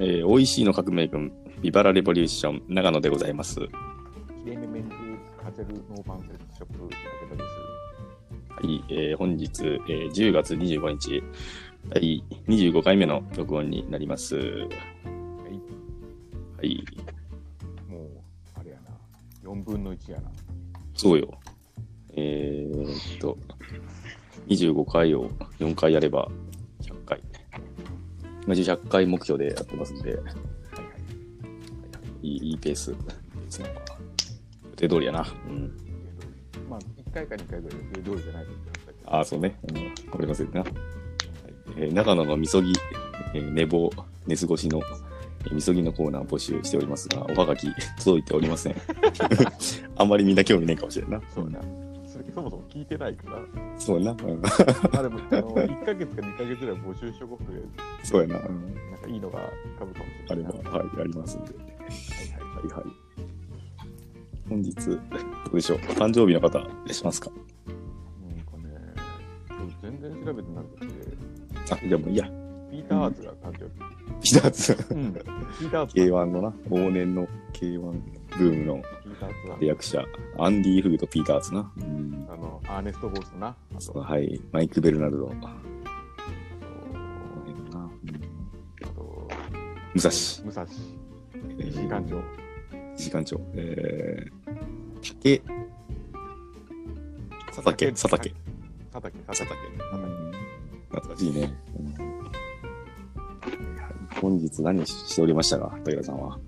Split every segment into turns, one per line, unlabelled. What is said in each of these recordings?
えー、OEC の革命軍、ビバラレボリューション、長野でございます。は
切れ目メンズカジュアルノーバンセットショップ竹田です。
い、えー本日、えー10月25日、第25回目の録音になります。
はい、
はい、
もうあれやな、4分の1やな。
そうよ。えー、っと、25回を4回やれば100回。今一応100回目標でやってますんで、
はいはい。
いいいいペースですね。予定通りやな。うん。
予定通りまあ、1回か2回ぐらい予定通りじゃないと思ったけど。
ああ、そうね。うん、わかりませんな。はいえー長野のみそぎ、えー寝坊、寝過ごしの、えーみそぎのコーナーを募集しておりますが、おはがき 届いておりません。 あんまりみんな興味ないかもしれんな。
そうな。それそもそも聞いてないから。
そうやな。うん
まあでも、あの1ヶ月か2ヶ月ぐらい募集しとこうとりあえ
そうやな。うん
ずなんかいいのがかぶかもし
あれ
れな。、
はいはい、ありますんで。
はいはい。
はいはい。本日、どうでしょう。誕生日の方、いらっしゃいますか
なんかね、今日全然調べてなくて、
あ、じゃあもういいや。
ピーター・ハーツが誕生
ピター ツ。
日。うん。ピーター・ハーツ。ピー
K1 のな、往年の K1 ブームの
ター・ハーツは
立役者、アンディ・フグとピーターツな。うん
あの、アーネスト・ホーストな。あと、
はい、マイク・ベルナルド。この
あ
辺なうん
と、
武蔵。
武蔵、
え
石井
ー
館長。
時間長。えー、竹。佐竹、佐竹。
佐竹、佐
佐
竹
竹。。懐かしいね。うん本日何しておりましたか、武田さんは。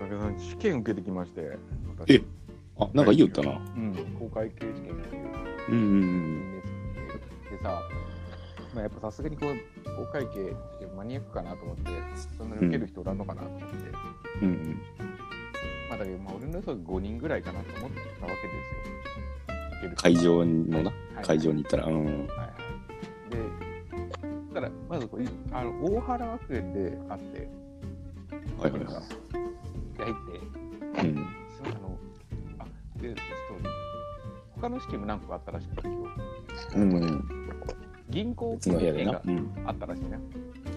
おかげさん、試験受けてきまして。
えあ、なんかいいよったな。
うん、公開系試験っていう
うんうん
でさ、まあ、やっぱさすがにこう公開系マニアックかなと思ってそんなに受ける人おらんのかなと思って、ま
うん。うんうん
あだけどまあ俺の予想5人ぐらいかなと思ってたわけですよ受ける人
会場のな、
はい
会場に行ったら、うん。
はいはいでそしたらまずこれあの大原学園であって
はいはいは
で入って
い。うん。
すあのあでちょっと他の試験も何個かあったらしくて今日
うんうん。
銀行
別
系
の
の
部
試
屋で
験
な
が。
うん。
あったらしいね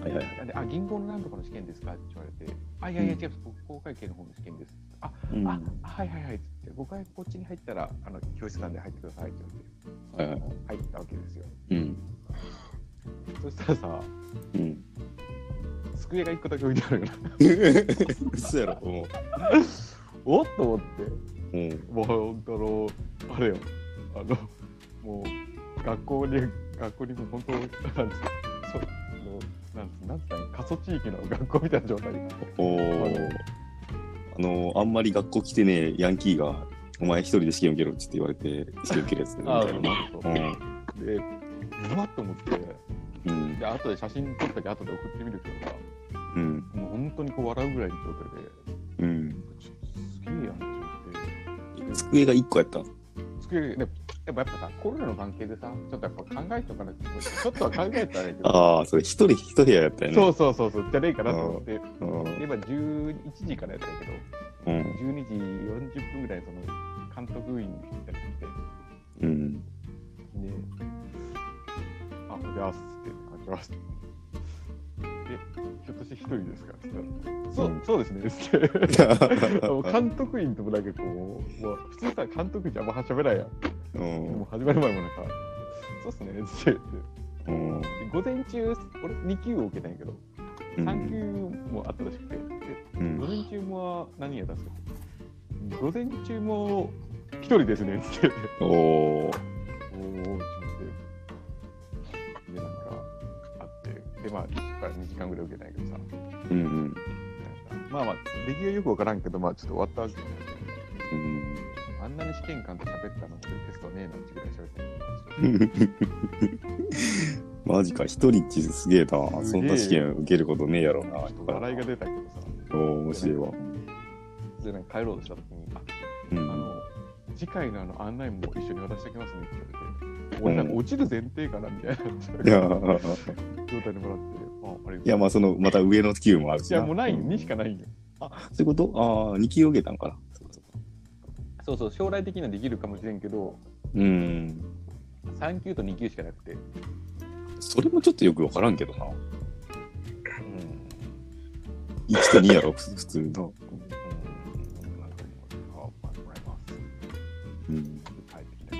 はいはいはい。
であ銀行の何とかの試験ですかって言われて、あ、いやいや、違う、公会計の方の試験です。あ、
うんは
あ、はいはいはいっつって、僕はこっちに入ったら、あの教室なんで入ってくださいって言
いはいはい。
われて、入ったわけですよ。
うん。
そしたらさ、
うん。
机が1個だけ置いてあるよ な。
嘘やろ、も
おっと思って、
う。うん。
もう本当の、あれよ、あの、もう、学校に、学校にもう本当、なんつそう、もうなんつなんつったらいい過疎地域の学校みたいな状態で、
おーあの、あんまり学校来てねえヤンキーが、お前一人で試験受けろって言われて、試験受けるやつ みたいな。
そうそう
うん。
で、うわっと思って。
うん。
で後で写真撮ったり後で送ってみるけどさ
うん。
もう本当にこう笑うぐらいの状態で
うん。
ちょっとすげえやんって思って
机が一個やったの。
机でやっぱやっぱさコロナの関係でさちょっとやっぱ考えとかなくてちょっとは考えたらいいけ ど
ああ、それ一人一部屋やったよね。
そうそうそうそうじゃねえかなと思って、
うん。
で今11時からやったけど
うん。
12時40分ぐらいにその監督員の人たちが来
う
て
ん。
で「あおはようございます」って「書きます」で「ひょっとして一人ですか?」って言ったら「そ
う
う、
ん
そうですね」って あの監督員ともなんかこう、まあ、普通さ監督員じゃあんましゃべらんやん、
うん
もう始まる前もなんか「そうっすね」って
うん。
言ってで午前中俺2級を受けたんやけど
う
3級
ん。
もあったらしくてで
うん
午前中も何やったんですか午前中も一人ですねっつって
おー
おーおーと思ってでなんかあってでまあ1から2時間ぐらい受けたんやけどさ
うんうん。
なんかまあまあ出来がよくわからんけどまあちょっと終わったわけじゃないけ
うん
どあんなに試験官と喋ったの俺テストねえなってぐらい喋ったんやけ
マジか、一人っちすげえな。そんな試験受けることねえやろな。
どちょっと笑いが出たけどさ
おー面白いわ。
でなんか帰ろうとした時に
う
ああ
ん。
の次回のあの案内も一緒に渡しておきますねって言われて俺なんか落ちる前提かなみたい
い
な
や
状態でもらってああれ
いや、まあ、その、また上の級もあるし
いやもうない2しか
い。
ないんよ
そういうことああ、2級受けたんかな。
そうそう将来的にはできるかもしれんけど
うん。
3級と2級しかなくて、
それもちょっとよくわからんけどな。 1と2やろ、普普通の。
うんなんかもうあもらいます
うん。
帰ってきた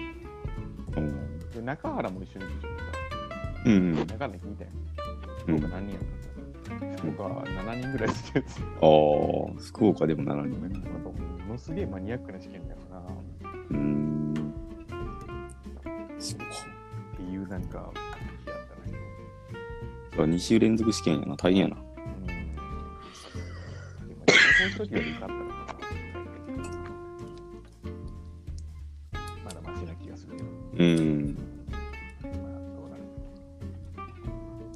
うん。
で中原も一緒に来て
う
た
ん。
中原聞いたよ
う
僕
ん、
は
あ
何人やった僕は7人ぐらい好きですよ
あ、福岡でも7人
なんかものすげえマニアックな試験だよなっ
うーん。そうか。
ていうなんか日やったんだけど
2週連続試験やな、大変やな。
うんでも高校の時より良かったのかなまだマシな気がするけど
うーん。
まあどうなる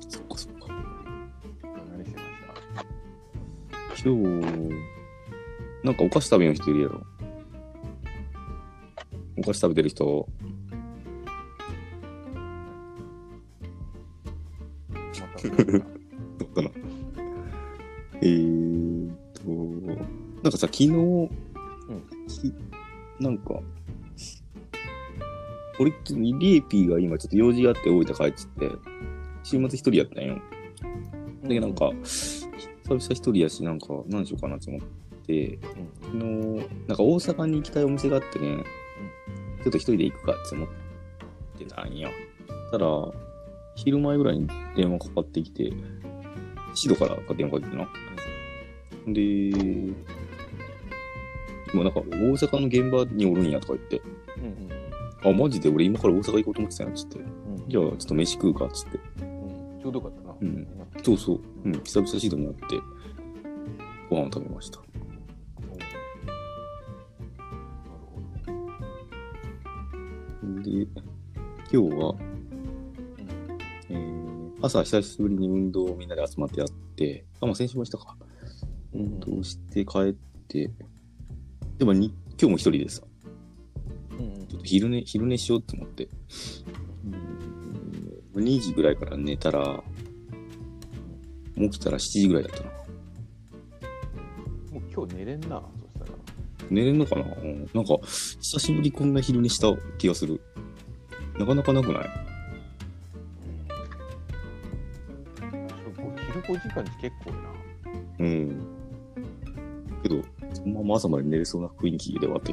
そっかそっか。
どうなりしてました
今日、なんかお菓子食べの人いるやろ。お菓子食べてる人、
また戻るか
どうかな。えーっと、なんかさ、昨日、きなんか、俺、リエピーが今ちょっと用事があって大分帰っちゃって、週末一人やったんよ。だけどなんか、久々一人やし、なんか、何しようかなと思って、
うん
昨日、なんか大阪に行きたいお店があってね、ちょっと一人で行くかって思ってたんよ。たら、昼前ぐらいに電話かかってきて、シドから電話かけてな。で、もうなんか大阪の現場におるんやとか言って、
うんうん
あ、マジで俺今から大阪行こうと思ってたんやつって、
うん
じゃあちょっと飯食うかっつって。
うんちょうどよかったな
うんそうそう、うん、久々シドに会って、ご飯を食べました。
おなるほど
で、今日は、えー朝久しぶりに運動をみんなで集まってやって、あ、まあ先週もしたか。運動して帰って、でもに今日も一人でさ、
うんうん
ちょっと昼寝、昼寝しようと思って、うん2時ぐらいから寝たら、もう起きたら7時ぐらいだったな。
もう今日寝れんなそしたら
寝れんのかな、うんなんか、久しぶりこんな昼寝した気がする。なかなかなくない
そうこう昼5時間って結構やな
うん。けど、そのまま朝まで寝れそうな雰囲気ではあったけ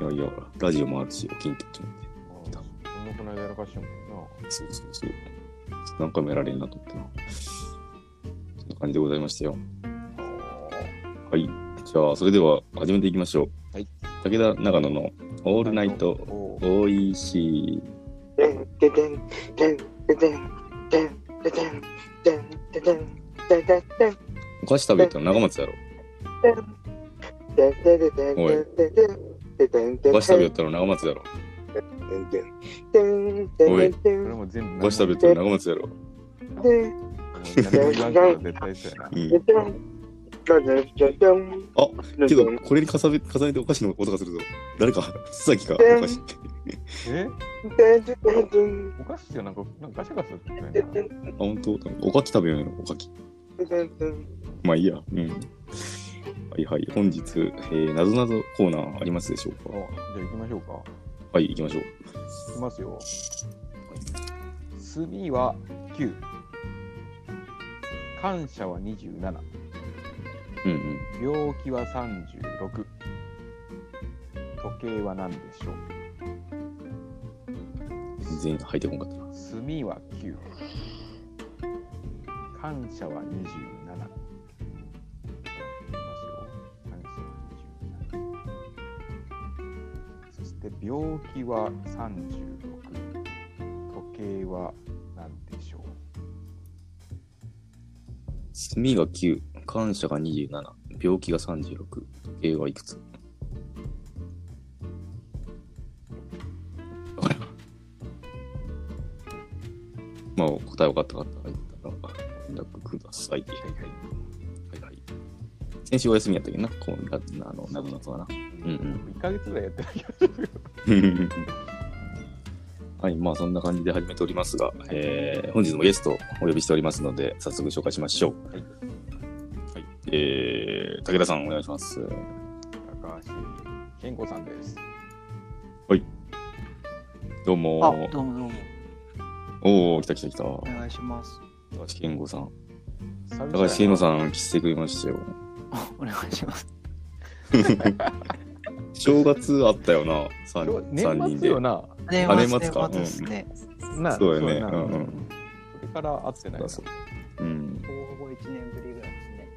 ど、いやいや、ラジオもあるし、起きんとって思って。
そんなこの間やらかしたもんな
そうそうそう。何回もやられんなと思ってな。そんな感じでございましたよ。はい。じゃあ、それでは始めていきましょう。
はい。
武田長野のオ
オ
ールナイト
おー
おいしい。お菓子食べたの長松やろ。お菓子食べよったの長松やろ。
それも全部
お菓子食べよったの長松やろ。
べなんか絶対そうやな
うん。けど、これに重ね重ねてお菓子の音がするぞ。誰か、須崎か、お菓子。
えお菓子じゃなんかなんかガシャガシャしてないな
あ、本当おかき食べようよ、おかき。まあいいや。うん。はいはい。本日、えー、なぞなぞコーナーありますでしょうか
おじゃあ行きましょうか
はい、行きましょう。
いきますよ炭は9感謝は27
うんうん。
病気は36時計は何でしょう
全員入ってこんかったな。
炭は9感謝は27いきますよ感謝は27そして病気は36時計は何でしょ
炭が9、感謝が27、病気が36、時計はいくつ わからんまあ、答え分かった方がいたら、連絡ください。はいはい。はいはい。先週お休みやったっけどな、こうな、あの、なぞなぞはな。
う、
うんうん
1ヶ月ぐらいやってないけど
はい、まあそんな感じで始めておりますが、えー本日もゲストをお呼びしておりますので、早速紹介しましょう。
はい
はい、えー、武田さんお願いします。
高橋健吾さんです
どう
あ、
も
どうもどうも。
おおー、来た来た来た。
お願いします。
高橋健吾さん。だから、シーノ
ん。
さん、来てくれましたよ。
お願いします。
正月あったよな、三
今日
三
年
人で。
末よな。
年
年末か
年末ですね。
な
そうやね。
な
うんうん。
それから会ってないな。
そううん。
ほぼほぼ1年ぶりぐらいですね。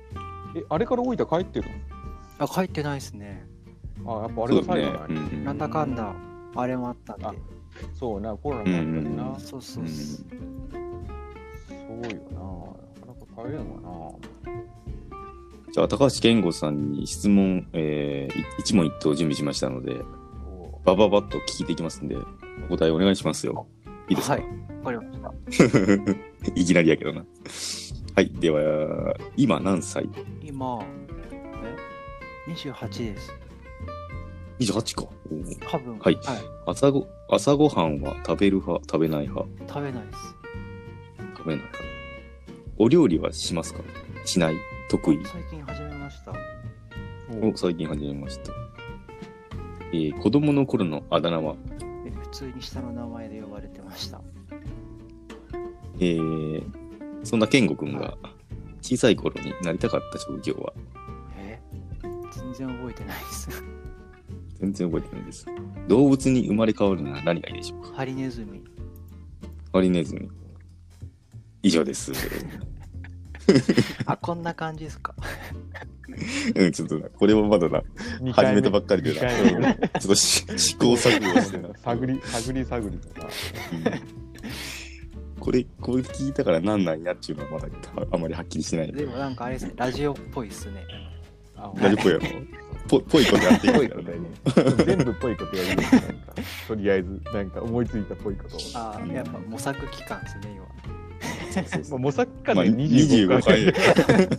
え、あれから大分帰ってる
あ、帰ってないですね。
のあ、やっぱあれ
そ
が
う
最
ね
後な。
うん
や
ん
なんだかんだ、あれもあったんで
あ。そうな、コロナもあったし
うん
な。
そうそうう、
ん
そうよな。なかなか帰れんわ
じゃあ、高橋健吾さんに質問、えーい一問一答準備しましたので、
な。そ
バババッと聞いていきますんで、お答えお願いしますよ。いいですか、
はい。わかりました。
い、きなりやけどな。はい。では、今何歳
今、え ?28 です。
?28 か。おー
多分、
はい朝ご朝ごはんは食べる派、食べない派、
食べないです。
食べない派。お料理はしますかしない得意
最近始めました。
う
を最近始めました。えー子供の頃のあだ名は
え普通に下の名前で呼ばれてました。
えーそんな健吾君が小さい頃になりたかった職業は
え全然覚えてないです。
全然覚えてないです。動物に生まれ変わるなら何がいいでしょうか
ハリネズミ。
ハリネズミ。以上です。
あ、こんな感じですか。
うん、ちょっとな、これもまだな、
二
始
回
め
目
たばっかりで
二
な、
回
う
目
ん ちょっとし試行錯誤してな。
探り探り探りとか
これ、これ聞いたから何なんやっていうのはまだあまりはっきりしてない。
でもなんかあれですね、ラジオっぽいですね。
あ
何っぽいやろぽぽいことやってい
ぽ
く
い
か
こ
らね
とだよね 全部ぽいことやるよなんかとりあえずなんか思いついたぽいことを
あーやっぱ模索期間ですね、今。
そうそ
まあ
う
模索
ま
か
あ
ね
25
25回
回。は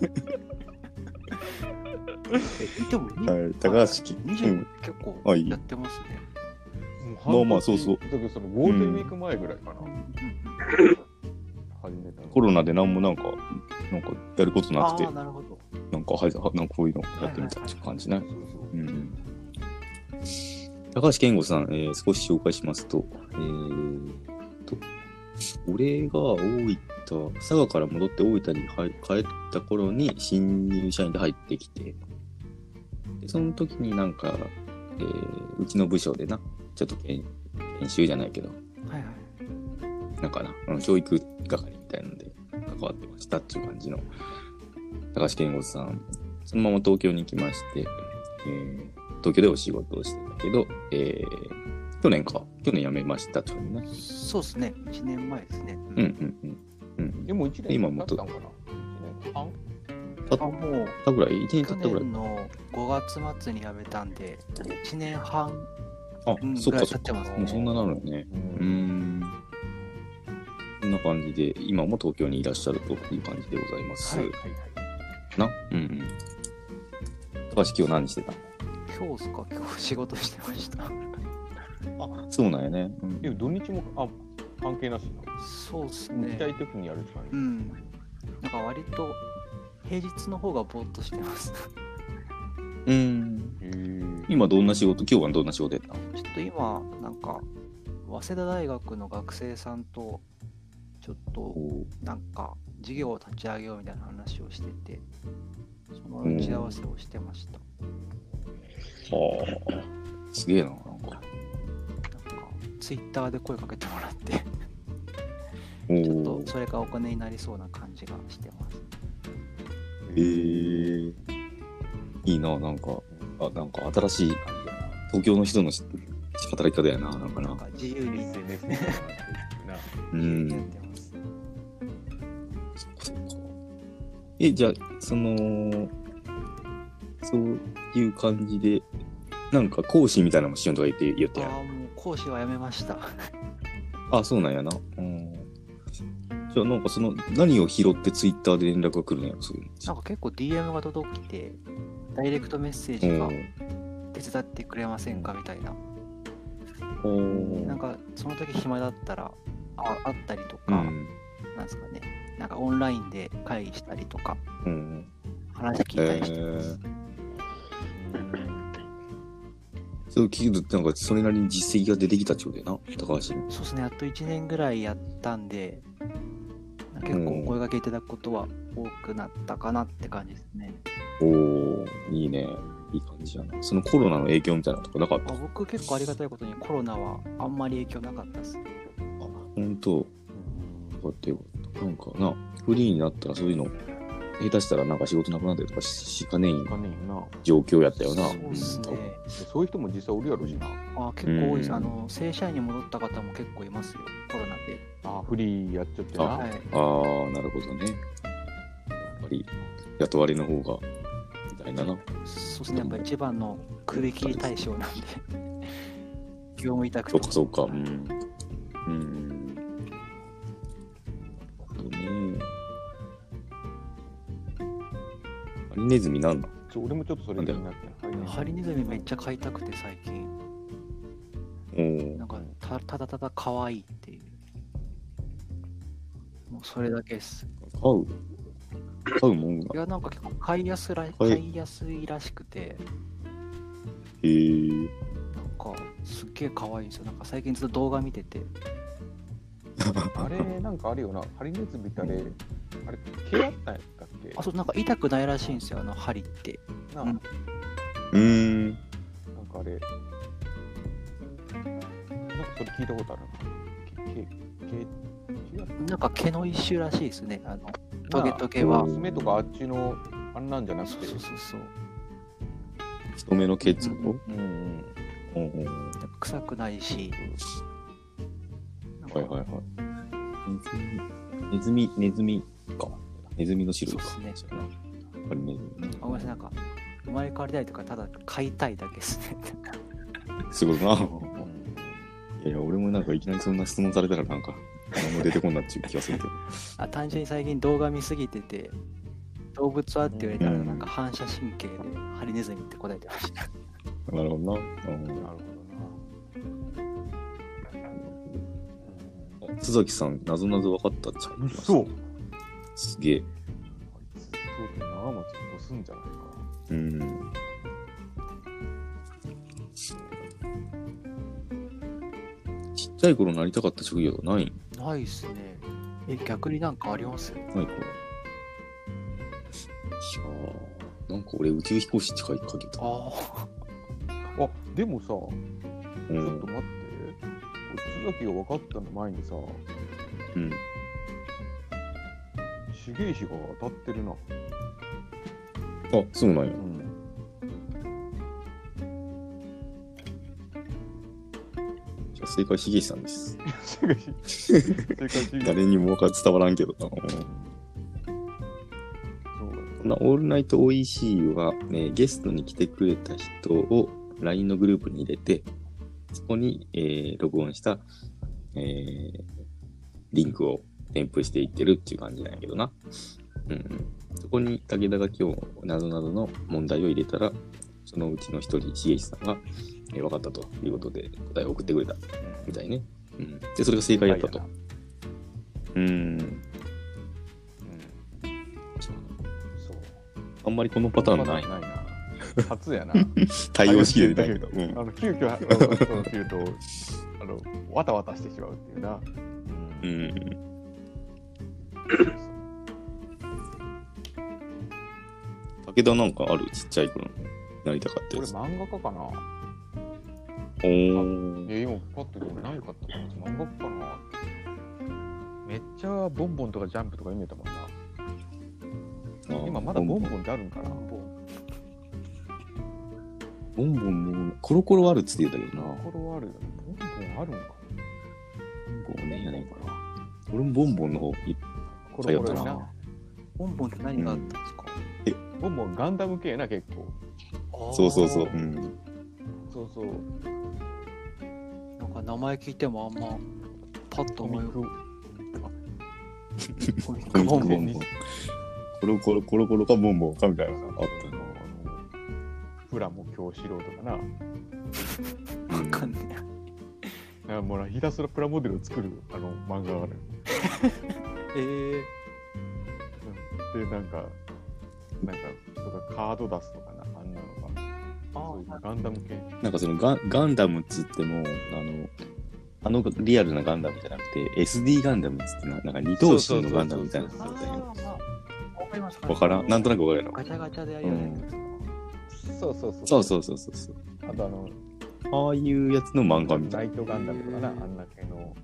え、でも、に
い、高橋き、う
20
ん、
結
あ
構
いい
やってますね。
まあまあそうそう
だけどそのゴールデンウィーク前ぐらいかな、始めたの
コロナで何もなんか、なんかやることな
あ
く
あ
て
ー、、なるほど。
なんか、はい、なんかこういうのやってみたっていう感じね。
そうそう
うん高橋健吾さん、えー少し紹介しますと、えーと、俺が大分、佐賀から戻って大分に入帰った頃に新入社員で入ってきて、でその時になんか、えーうちの部署でな、ちょっと研研修じゃないけど、
はいはい。
なんかな、うん教育係みたいなので関わってましたっていう感じの高橋健吾さん。そのまま東京に来まして、えー東京でお仕事をしてたけど、えー去年か、去年辞めましたって感じね。
そうですね、1年前ですね。
うんうんうん。うん、
でも一年
今も
経ったんかな一年半
たっ
あ、もう、
たぐらい ?1 年経
去
ったぐらい
年の5月末に辞めたんで、1年半、
あ、
うん
そっ
ぐら
か
い
そ
経
っ
って
か。
ます
もうそんななるよね。
う
うーん。こんな感じで、今も東京にいらっしゃるという感じでございます。
はいはい
なうんうん。高橋今日何してた
今日っすか、今日仕事してました。
あ、そうなんやね。うん
でも土日もあ関係なしな
そうです
行きた
ね
い。時にやるって感じ、
うん。なんか割と、平日の方がぼーっとしてます。
うん。
へー
今どんな仕事、今日はどんな仕事やったの
ちょっと今、なんか、早稲田大学の学生さんと、ちょっと、なんか、事業を立ち上げようみたいな話をしてて、その打ち合わせをしてました。
はあ。すげえな、なんか。
なんか、ツイッターで声かけてもらって、
お
ちょっと
ー、
それがお金になりそうな感じがしてます。
えー、いいな、なんか、あ、なんか新しい、東京の人のし働き方やな、なんか
な。
なん
か自由に
SNS みたいなのやってる
う
自由にやっ
ん。
てます。
そっかそっか。え、じゃあ、その、そういう感じで、なんか講師みたいなのもしようとか言って言った
あ
やん
あ、もう講師はやめました。
あ、そうなんやな。うん。じゃあ、なんかその、何を拾ってツイッターで連絡が来るのやろ、そういうの
なんか結構 DM が届きて、ダイレクトメッセージが手伝ってくれませんかみたいな。
うん。
なん
か、
かその時暇だったらああったりと
う
か、
ん。
なんですかね、なんかオンラインで会議したりとか、
うん。
話聞いた
え
りしてま
ー、
す。
なうん
そう聞くと、なんか、それなりに実績が出てきたってことやな、高橋。
そうですね、やっと1年ぐらいやったんで、結構お声掛けいただくことは多くなったかなって感じですね。
おおいいね。いい感じやな。そのコロナの影響みたいなのとかなかった
あ僕結構ありがたいことにコロナはあんまり影響なかったです。
本当よかったよかった。なんかな、フリーになったらそういうの、下手したらなんか仕事なくなったりとかししかねえ
いかねえな。
状況やったよな。
そうですね。
そういう人も実際おるやろしな。
あ結構多いです。
うん
あの正社員に戻った方も結構いますよ。コロナで。
あフリーやっちゃってな。
あ
はい。
ああ、なるほどね。やっぱり、雇われの方が、みたいなな。
そうですね。やっぱ一番の首切り対象なんで。業務委託
そ
と
うか、そうか。うん。うん。なるほどね。ハリネズミなんだ。
そう俺もちょっとそれ気になってる。
ハリネズミめっちゃ飼いたくて最近。
おー
なんかたただただ可愛いっていう。もうそれだけです。
飼う飼うもんが
い。やなんか結構飼いやすら
はい
飼いやすいらしくて。
へえ。
なんかすっげえ可愛いんですよ。なんか最近ずっと動画見てて、
あれ、なんかあるよな。ハリネズミってあれ、あれ、毛あったんやったっけ
あ、そう、なんか痛くないらしいんですよ、あの針って。
な
うん
うーん。
なんかあれ、なんかそれ聞いたことあるな。け毛、毛、毛あ
なんか毛の一種らしいですね、あの、
る
トゲトゲは。
爪とかあっちの、あんなんじゃなく
そう
て。
そうそうそう。
人目の毛って
うんう
こ
んうん
うんうん。
とうんうん
やっぱ臭くないし、なんか
はいはいはい。ネズミ、ネズミか。ネズミの種類か。
そうっす
やなやっぱりネズミ。
あごめんなさい、なんか、生まれ変わりたいとか、ただ飼いたいだけですね。
すごいな。
うん
いやいや、俺もなんかいきなりそんな質問されたらなんか、何も出てこんなっちゅう気がするけど。
あ単純に最近動画見すぎてて、動物はって言われた
う
ら、
ん
なんか反射神経で、ハリネズミって答えてました。
なるほどな。
なるほど
うん須崎さん、なぞなぞ分かったっちゃい
な。
ま
う
す
そあい
すげえ。
つ、そうだよ長松をすんじゃないか。
うん。ちっちゃい頃なりたかった職業がない
ないっすね。え、逆になんかあります
ないか。いやーなんか俺宇宙飛行士近いかけた。
ああ。
あ、でもさ、
う
ちょっ
ん
と。待って。津崎が分かったの前にさ、
うん、
手芸師が当たってるな。
あ、そうなんや
う。ん。
じゃあ正解ヒゲさんです。
手芸師。正解手芸 師。
誰にもわか伝わらんけどな。
そうだよ
こんなオールナイト OEC は、ね、ゲストに来てくれた人を LINE のグループに入れて、そこに、えー録音した、えーリンクを添付していってるっていう感じなんやけどな。うんうん、そこに武田が今日、なぞなぞの問題を入れたら、そのうちの一人、重石さんが、え分かったということで答えを送ってくれたみたいね。うん、で、それが正解だったと。うん。
うん。そう。
あんまりこのパターンない。
ないな。初やな。
対応しきれてないけど。うん
あの急遽、あのそう言うと、あの、わたわたしてしまうっていうな。
う
うん
ん。武田なんかあるちっちゃい頃のなりたかったや
俺
つ。
漫画家かな。
おー
いや、今、パッとでもないかったから、漫画かな。めっちゃボンボンとかジャンプとか読めたもんな。
あー
今まだボン
ボン
ボンってあるんかな。
ボンボンもコロコロあるっつって言ったけどな。
ところはあるよね。ボンボンあるんか。
ボンボンねやねんから。俺もボンボンの方い
コ
通
ロ
っ
コ
た
ロ
な
や
あ
な
ー。ボンボンって何があったんですか、
ボンボンガンダム系やな、結構。
あー
そうそうそう。うん。
そうそう。
なんか名前聞いてもあんまパッと
コミ
思い
ック。
浮かコミッ
コ
ク
ミッ
ボン
クボ
ボ
ン
ン。
ボン。コロコロコロコロかボンボンかみたいな。あっ
あのプラモ教師郎とかな。
た
わ
な。
かんない。
あもうなひたすらプラモデルを作るあの漫画がある。
えー、
で、なんか、なんか、とかカード出すとかな、あんなのが。
あ
そういうガンダム系。
なんかそのガンガンダムっつっても、あの、あのリアルなガンダムじゃなくて、SD ガンダムっつってな、なんか二等身のガンダムみたいなやつ
あ
だったよね。
ーまあわかります
わからん。なんとなくわかるの。
ガチャガチャでやるよね。
そうそうそう。
そうそうそうそうそう。
あとあの、
ああいうやつの漫画みた
ナ
い
イトガンダムとかな、あんな系の、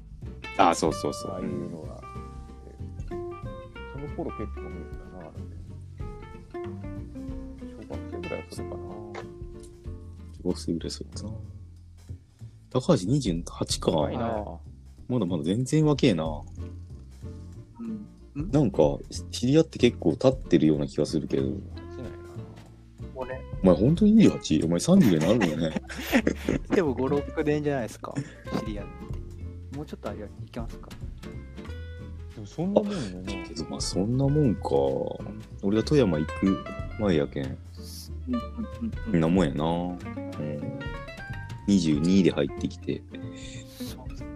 な。ああ、そうそうそ。
ああいううのが。その頃結構見えたな、あれ小学生ぐらいはそれかな。
5歳ぐらいそうやったな。高橋28か。
怖いな。
まだまだ全然若えな。
うん
なんか、知り合って結構経ってるような気がするけど。
落ちないな。
もうね、
お前本当に28お前30になるよね。
でも5、6年じゃないですか、知り合いって。もうちょっとあれいきますか。
でもそんなもんよな
けどまあそんなもんか。俺が富山行く前やけん。
うんうん
そんなもんやな。うん。22で入ってきて
そうですね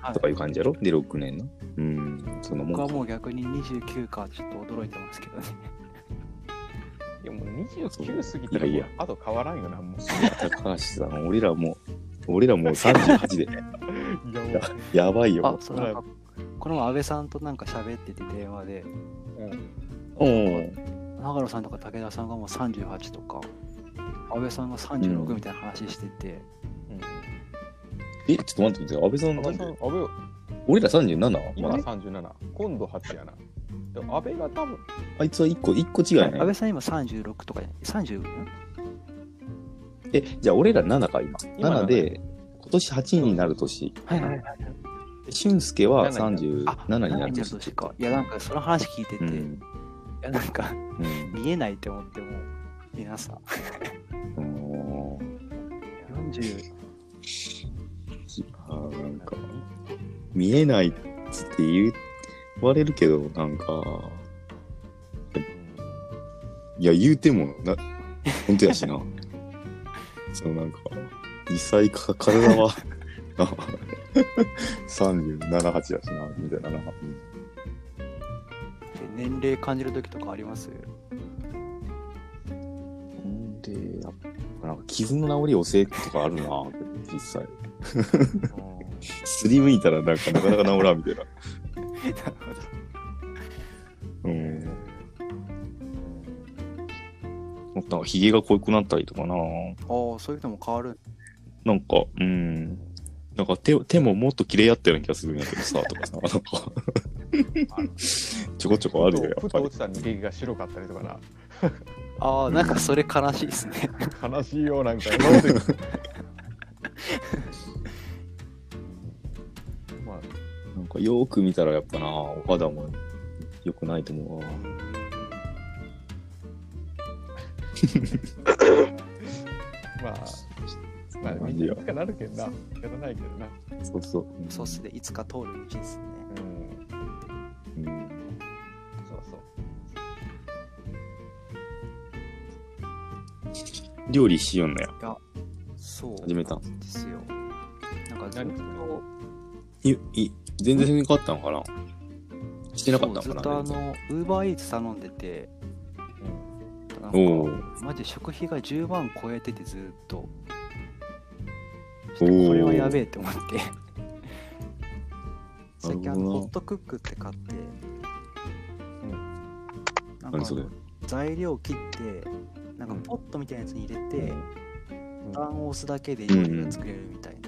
はい
とかいう感じやろで6年な。うん。そんなもん
僕は
か。
もう逆に29か、ちょっと驚いてますけどね。
いやもう29過ぎ
いやいや
て、あと変わらんよな、も う。
高橋さん、俺らもう、俺らもう38で、
いやもう
ややばい
あ
よ、。
そうなんか、この前安倍さんとなんか喋ってて電話で、
うん。
長野さんとか武田さんがもう38とか、安倍さんが36みたいな話してて、
え、ちょっと待って、安倍さん
安
な
倍
ん
さん、
で
安倍、
俺ら 37?
今
まあ、
37、今度8やな。でも安倍が多分、
あいつは1個、一個違い
安
ね
倍。さん今36とかじゃない ?30?
え、じゃあ俺ら7か、今。
今
7で、今年8になる年。
はいはいはい。
で俊介は
7に
37になる
年
年。
年か。いや、なんかその話聞いてて、
う
い
ん。
や、なんか
うん
見えないって思っても、皆さん、
うん。
40、
あーなんか、見えないっつって言われるけど、なんか、いや、言うても、な、本当やしな。そのなんか、実際か、体は、な、37、8やしな、みたいなな。
年齢感じる時とかあります
うん、で、やっぱなんか、傷の治り遅いとかあるな、実際。すりむいたら、なんか、なかなか治らん、みたいな。
なるほど。
うん。なんか、髭が濃くなったりとかな。
ああ、そういうのも変わる。
なんか、うん。なんか手手ももっと綺麗やったような気がするんだけどさ、とかさ、なんか、ちょこちょこあるよ、や
ふ
っぱ
と
り
落。ちた抜け毛が白かったりとかな。
ああ、なんかそれ悲しいですね。
悲しいよ、なんか。なんでまあ、
なんかよーく見たらやっぱな、お肌も良くないと思うわ。
まあ、まあ、みんないつかなるけんな。やらないけどな。
そうそう。
そうっすね、いつか通る道ですね。
うん。
うん。
そうそう。
料理しよんのや。
そう。
始めたん
ですよ。なんかずっ
何
と、
い、い、全然変わったのかなしてなかった
そうず
の
っと
か
あ
な
の、ウーバーイーツ頼んでて、
うん
なん
お
か、
ー
マジ食費が10万超えててずーっと。
お
こ
ー
れはやべえって思って。最近
なるほ
あ
ど
の
な
ホットクックって買って、なんか
何それ
材料切って、なんか
うん
ポットみたいなやつに入れて、
うん
ボタンを押すだけで料理が作れるみたいな。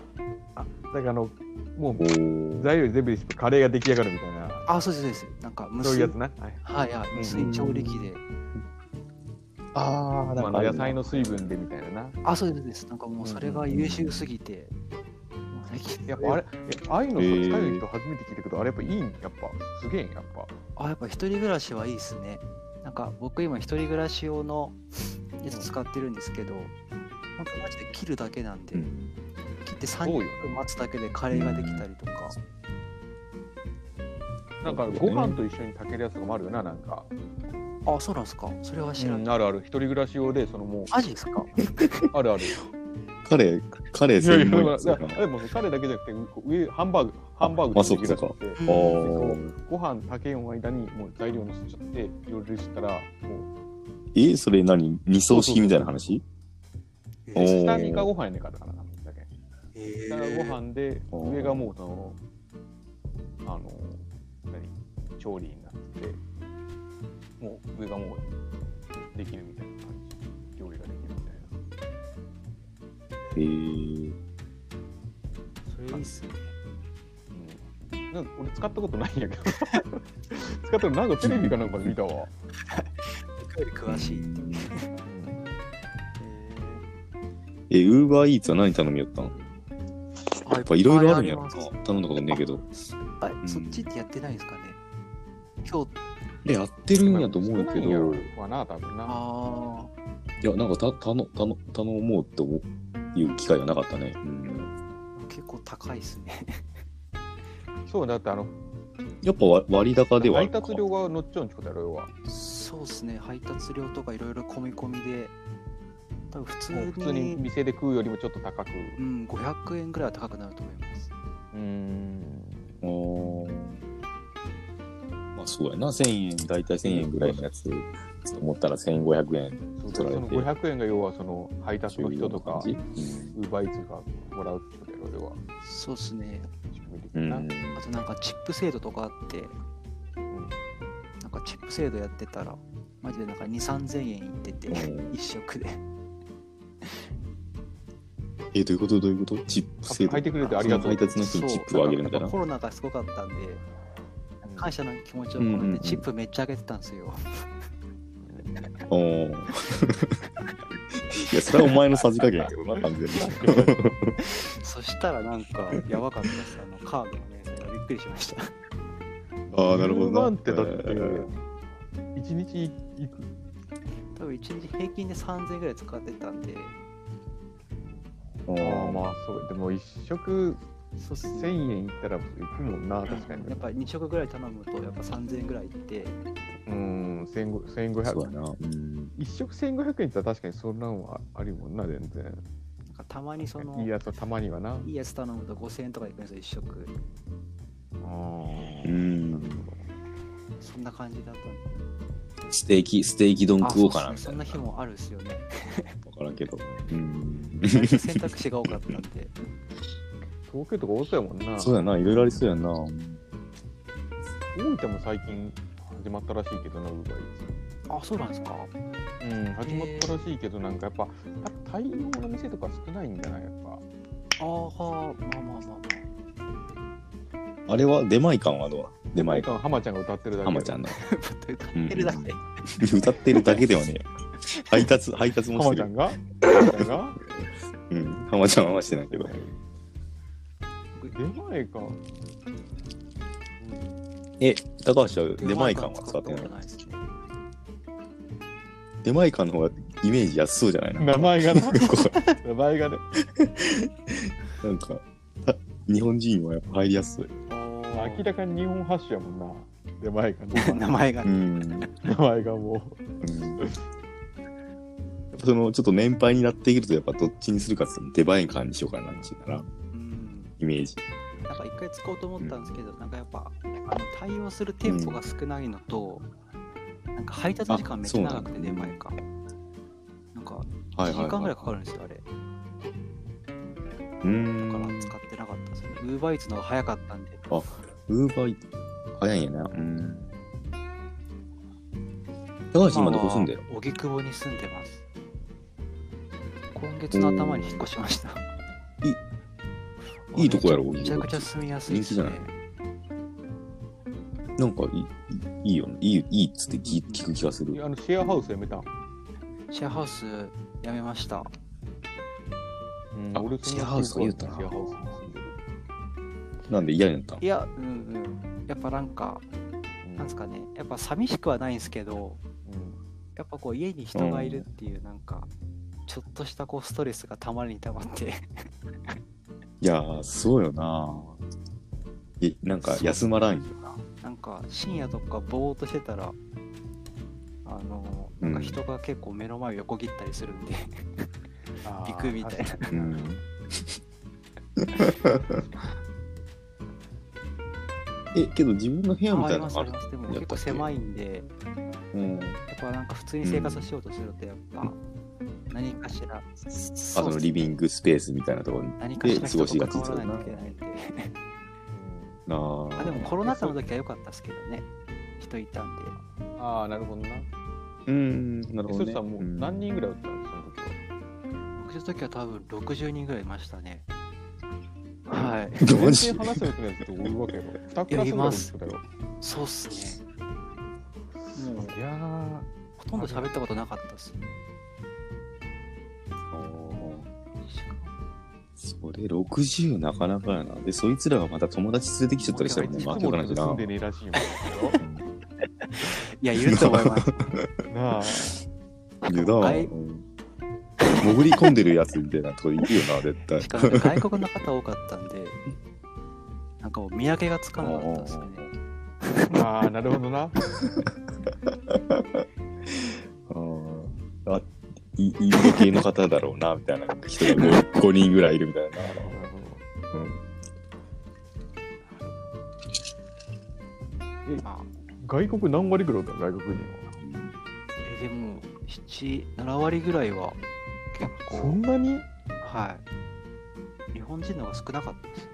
だからあの、もう
おー
材料全部レシピカレーが出来上がるみたいな、
あ、そうです、そうです。なんか無
そういうや
水
つ、な。はい、
はいはい、無水調理器で。
ああ、
ま
な
あ
ん
の
か
野菜の水分でみたいなな。
あ、そうです、そうです。なんかもうそれが優秀すぎて、もう最近
いやあれ、えああいうの
へ
さ、
ー
使う人初めて聞いたけど、あれやっぱいいんやっぱ、すげえんやっぱ。
あやっぱ一人暮らしはいいですねなんか僕今一人暮らし用のやつ使ってるんですけど、なんかマジで切るだけなんで、
うん
切って
そう
3
よ
分待つだけでカレーができたりとか、
な。なんかご飯と一緒に炊けるやつとかもあるよな、なんか。
あそうなんですかそれは知らない、
うんあるある、一人暮らし用で、そのもう、
マジですか
あるある。い
カレー、カレー
やいや、
専門や
だ
つ
か
やな
ら、だからでも彼だけじゃなくて、う上、ハンバーグ、ハンバーグ
あそうか
できるやつって
そうか
おー
ご飯炊けん間に、もう材料のせちゃって、いろいろしたら、も
え、それ何二層式みたいな話
え
お
う、
ー
下にかご飯やねんからかな、だけ。
え
下がご飯で、
おー
上がもうその、あの、何、調理になってて、もう上がもうできるみたいな感じ。料理ができるみたいな。
えー、
それいいっすね。
うん、なんか俺使ったことないんやけど 使ったのなんかテレビかなんかで見たわ、
僕より詳しい。
え、ウーバーイーツは何頼みよったん
あ
やっぱいろいろあるんやろ
いっぱいあり
な。頼んだことねえけど。
あ
ん
そっちってやってないんですかね。今日、
で、やってるんやと思うんやけど、
少ないいんやろわな多分な
あ
や、なんかた頼頼頼もうって思ういう機会がなかったね。うん、
あ、結構高いっすね。
そうだってあの
やっぱ割割高ではあ
配
るか
達料が乗っちゃうんちことやろ要は
そうっすね。配達料とかいろいろ込み込みで、多分普通
もう
に
普通に店で食うよりもちょっと高く
うん、500円ぐらいは高くなると思います。
うん
あーまあそうやな、1000円、大体1000円ぐらいのやつと思ったら1500円。
そう
取
そ
られ
の
て
500円が要はその配達の人とか
そういう
ウーバーイーツがもらうってことやろ要は
そうっすね。
仕組み的
感じ。うん。
な、
うん
あとなんかチップ制度とかあって、なんかチップ制度やってたら、マジでなんか2、3000円いってて、
うん
一食で。
え、どういうことどういうことチップ制度
入ってくれてありがとう
その配達の人にチップをあげるみたいな。
コロナがすごかったんで、
うん
感謝の気持ちを
う
込
んうんう
め
ん
てチップめっちゃあげてたんですよ。
おー いや、それはお前のさじ加減やけどな、完全に。
そしたらなんかやばかったです。あのカードの明細がびっくりしました。
ああ、なるほど
10
な。
万ってだって
えー
1日いく
多分一日平均で3000円ぐらい使ってたんで、
あ
あ
ー
あまあそうでも一食
そうっすね。
1000円いったら行くもんな確かに
やっぱり2食ぐらい頼むとやっぱ3000円ぐらいいって、
うん1500 1500
そうやな。うん
一食1500円いったら確かにそんなんはありもんな全然
なんかたまにその
いいやつはたまにはない
いやつ頼むと5000円とかいくんですよ、一食。
う。
うん
そんな感じだったんで
ステーキ、ステーキ丼食おうかな、
あ
みた
そうっすねそ
い
ん
な。
な日もあるっすよね。
わからんけど。うん。
選択肢が多かったんで。
東京とか多そうやもんな
そうやな、いろいろありそうやな。
大分も最近始まったらしいけどなウーバーイ
あ、そうなんですか。
ーツうん始まったらしいけどなんかやっぱ対応の店とか少ないんじゃないやっぱ
あーはー、まあまあまあま
あれは、出前館はどうな出前館。
か浜ちゃんが歌ってるだけ
浜ちゃんの。
あ。ぶっと 言ってるだけ。
歌ってるだけではねえよ。配達、配達もして
浜ちゃ
る
ん。が浜ちゃんが
うん。浜ちゃんはしてないけど。
出前か
え、高橋は出前館は使ってない
出前館使ったことないですね。
出前館の方がイメージ安そうじゃないな
名。前がな
こ
名前がね
うなんか、た日本人はやっぱ入りやすい。
明らかに日本発祥やもんな出前が
名前が
う
ね。
ん。
名前がもう
やっぱそのちょっと年配になっていくとやっぱどっちにするかって言ったら出前館にしようかなっていうかな
うん。
イメージ
なんか一回使おうと思ったんですけど、なんかやっぱ、あの対応する店舗が少ないのと、なんか配達時間めっちゃ長くて、
あそうな
出
んだ
前か。なんか、
は
1時間ぐらいかかるんですよ、あれ。
うー
だから
ん
使ってなかったですね。ウーバーイーツの方が早かったんで。
あウーバーイーツ早いんやなうん高橋今どこ住んでる
まあ荻窪に住んでます。今月の頭に引っ越しました。
いいとこやろ
めちゃめちゃくちゃ住みやすいです
人
ね。
気じなんかいいいいよねいいいいっつって聞聞く気がする
いやあのシェアハウスやめたん
シェアハウスやめました。
うん
あ
俺そ
シ
んな
ェアハウス言うたな
シェアハウスに住んでる
なんで嫌になったん
いや、うんうん。やっぱなんか、なんですかね、やっぱ寂しくはないんですけど、
うん
やっぱこう家に人がいるっていう、なんか、ちょっとしたこうストレスがたまりにたまって、
いやーそうよなえなんか休まらんよな
なんか深夜とかぼーっとしてたら、あの、なんか人が結構目の前を横切ったりするんで、
あー
行くみたいな。
うん えけど自分の部屋み
あ
た
り
いなの
ます
あ
あ
る
りますでも
やったっけ
結構狭いんで
うん
やっぱなんか普通に生活しようとするとやっぱ、何かしら、そ
あそのリビングスペースみたいなところに。
何かしら
で過ご
人
し
と
がちに
関わ
する
ら
な
ないといけないんで。
あー
あでもコロナ禍の時は良かったですけどね、人いたんで。
ああ、なるほどな。
うん、なるほ
そ
ど、
し
ね。
たらもう
うん
何人ぐらいおったの、その時は。
僕の時は多分60人ぐらいいましたね。はい。
どうし
全然話せなくなるっておるわけよ。二クラスぐらいおっただろ。
そうっすね。もう
いやー、
ほとんど喋ったことなかったっすね。
それ60なかなかやな。で、そいつらがまた友達連れてきちゃったりしたらもう負
いつ
け
も
おかないしな
住ん。でねえらしいもん
いや、いると思います。
なあ。
値段、
はい
うん潜り込んでるやつみたいなとこいるよな、絶対
し。かもね外国の方多かったんで、なんかもう見分けがつかなかったですね。
ああ、なるほどな。
ああ、いいい系の方だろうな、みたいな人が 5, 人ぐらいいるみたいな。
まあ、
外国何割ぐらいだったの外国人は。
えでも、7、7割ぐらいは結
そ
構
ん、なに
はい。日本人の方が少なかったですね。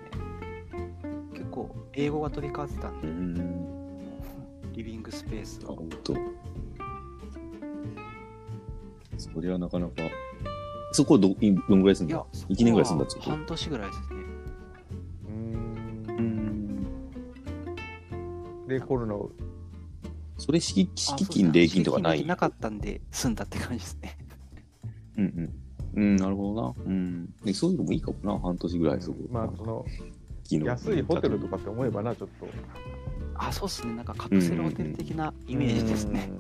結構、英語が飛び交ってたん
う
で、
ん、
リビングスペース
あ、
を
ほんと。そりゃなかなか。そこはどいどんぐらい住ん
い
だ
や、そこは
一年ぐらい住んだっつって
半年ぐらいですね。
うーん
ん。
で、コロナを。
それ敷敷
あそうですね
金、礼金とかない
敷金なかったんで、済んだって感じですね。
うんうん。うん、なるほどな。うん。でそういうのもいいかもな、半年ぐらいそこ。
まあ、その、
昨日
安いホテルとかって思えばな、ちょっと。
あ、そうですね。なんかカプセルホテル的なイメージですね。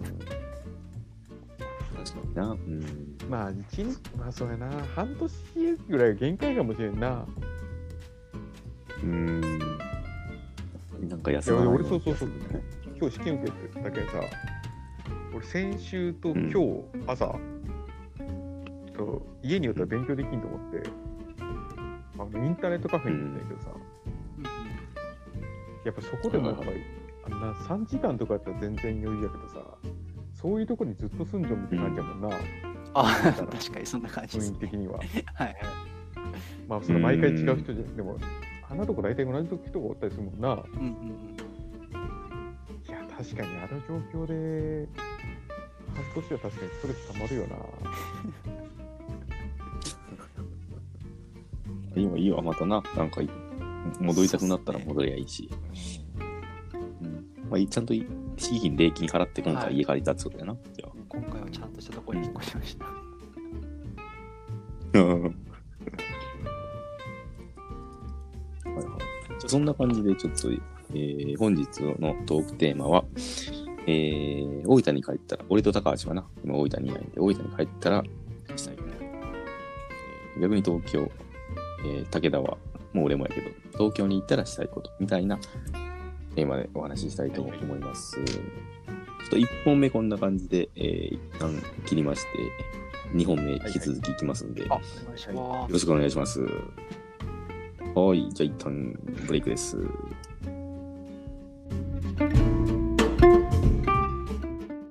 確かにな。うん。
うーん。まあ、一日、まあ、それな、半年ぐらいが限界かもしれんな。
うん。なんか
い
安
や、
い。
俺、そうそうそう。今日試験受けてたけどさ、俺、先週と今日、朝、ちょっと家によったら勉強できんと思って、あのインターネットカフェに行ったんやけどさ、
うん
やっぱそこでもやっぱり、あんな3時間とかやったら全然余裕やけどさ、そういうとこにずっと住んじゃうみたいな感じやもんな、
あ、確かにそんな感じで
雰
す
囲気
ね。
的に は。
はい。
まあ、その毎回違う人じゃ、でも、あんなとこ大体同じ人がおったりするもんな。
うんうん
いや、確かにあの状況で、半年は確かにストレス溜まるよな。
今いいわ、またな。なんかいい、戻りたくなったら戻りゃいいし。うん。まあ、いちゃんとい敷金、礼金払って今
は
回
い
家借りたってことやな。じゃ
うん。今回はちゃんとしたところに引っ越しました。
あうん。はいはいじゃあそんな感じで、ちょっと、えー本日のトークテーマは、えー大分に帰ったら、俺と高橋はな、今大分にいないんで、大分に帰ったら、したいことえー逆に東京、えー武田は、もう俺もやけど、東京に行ったらしたいこと、みたいなテーマでお話ししたいと思います。ちょっと1本目こんな感じで、えー一旦切りまして、2本目引き続きいきますんで、
あ、お願いします
よろ。しくお願いします。はい、じゃあ一旦ブレイクです。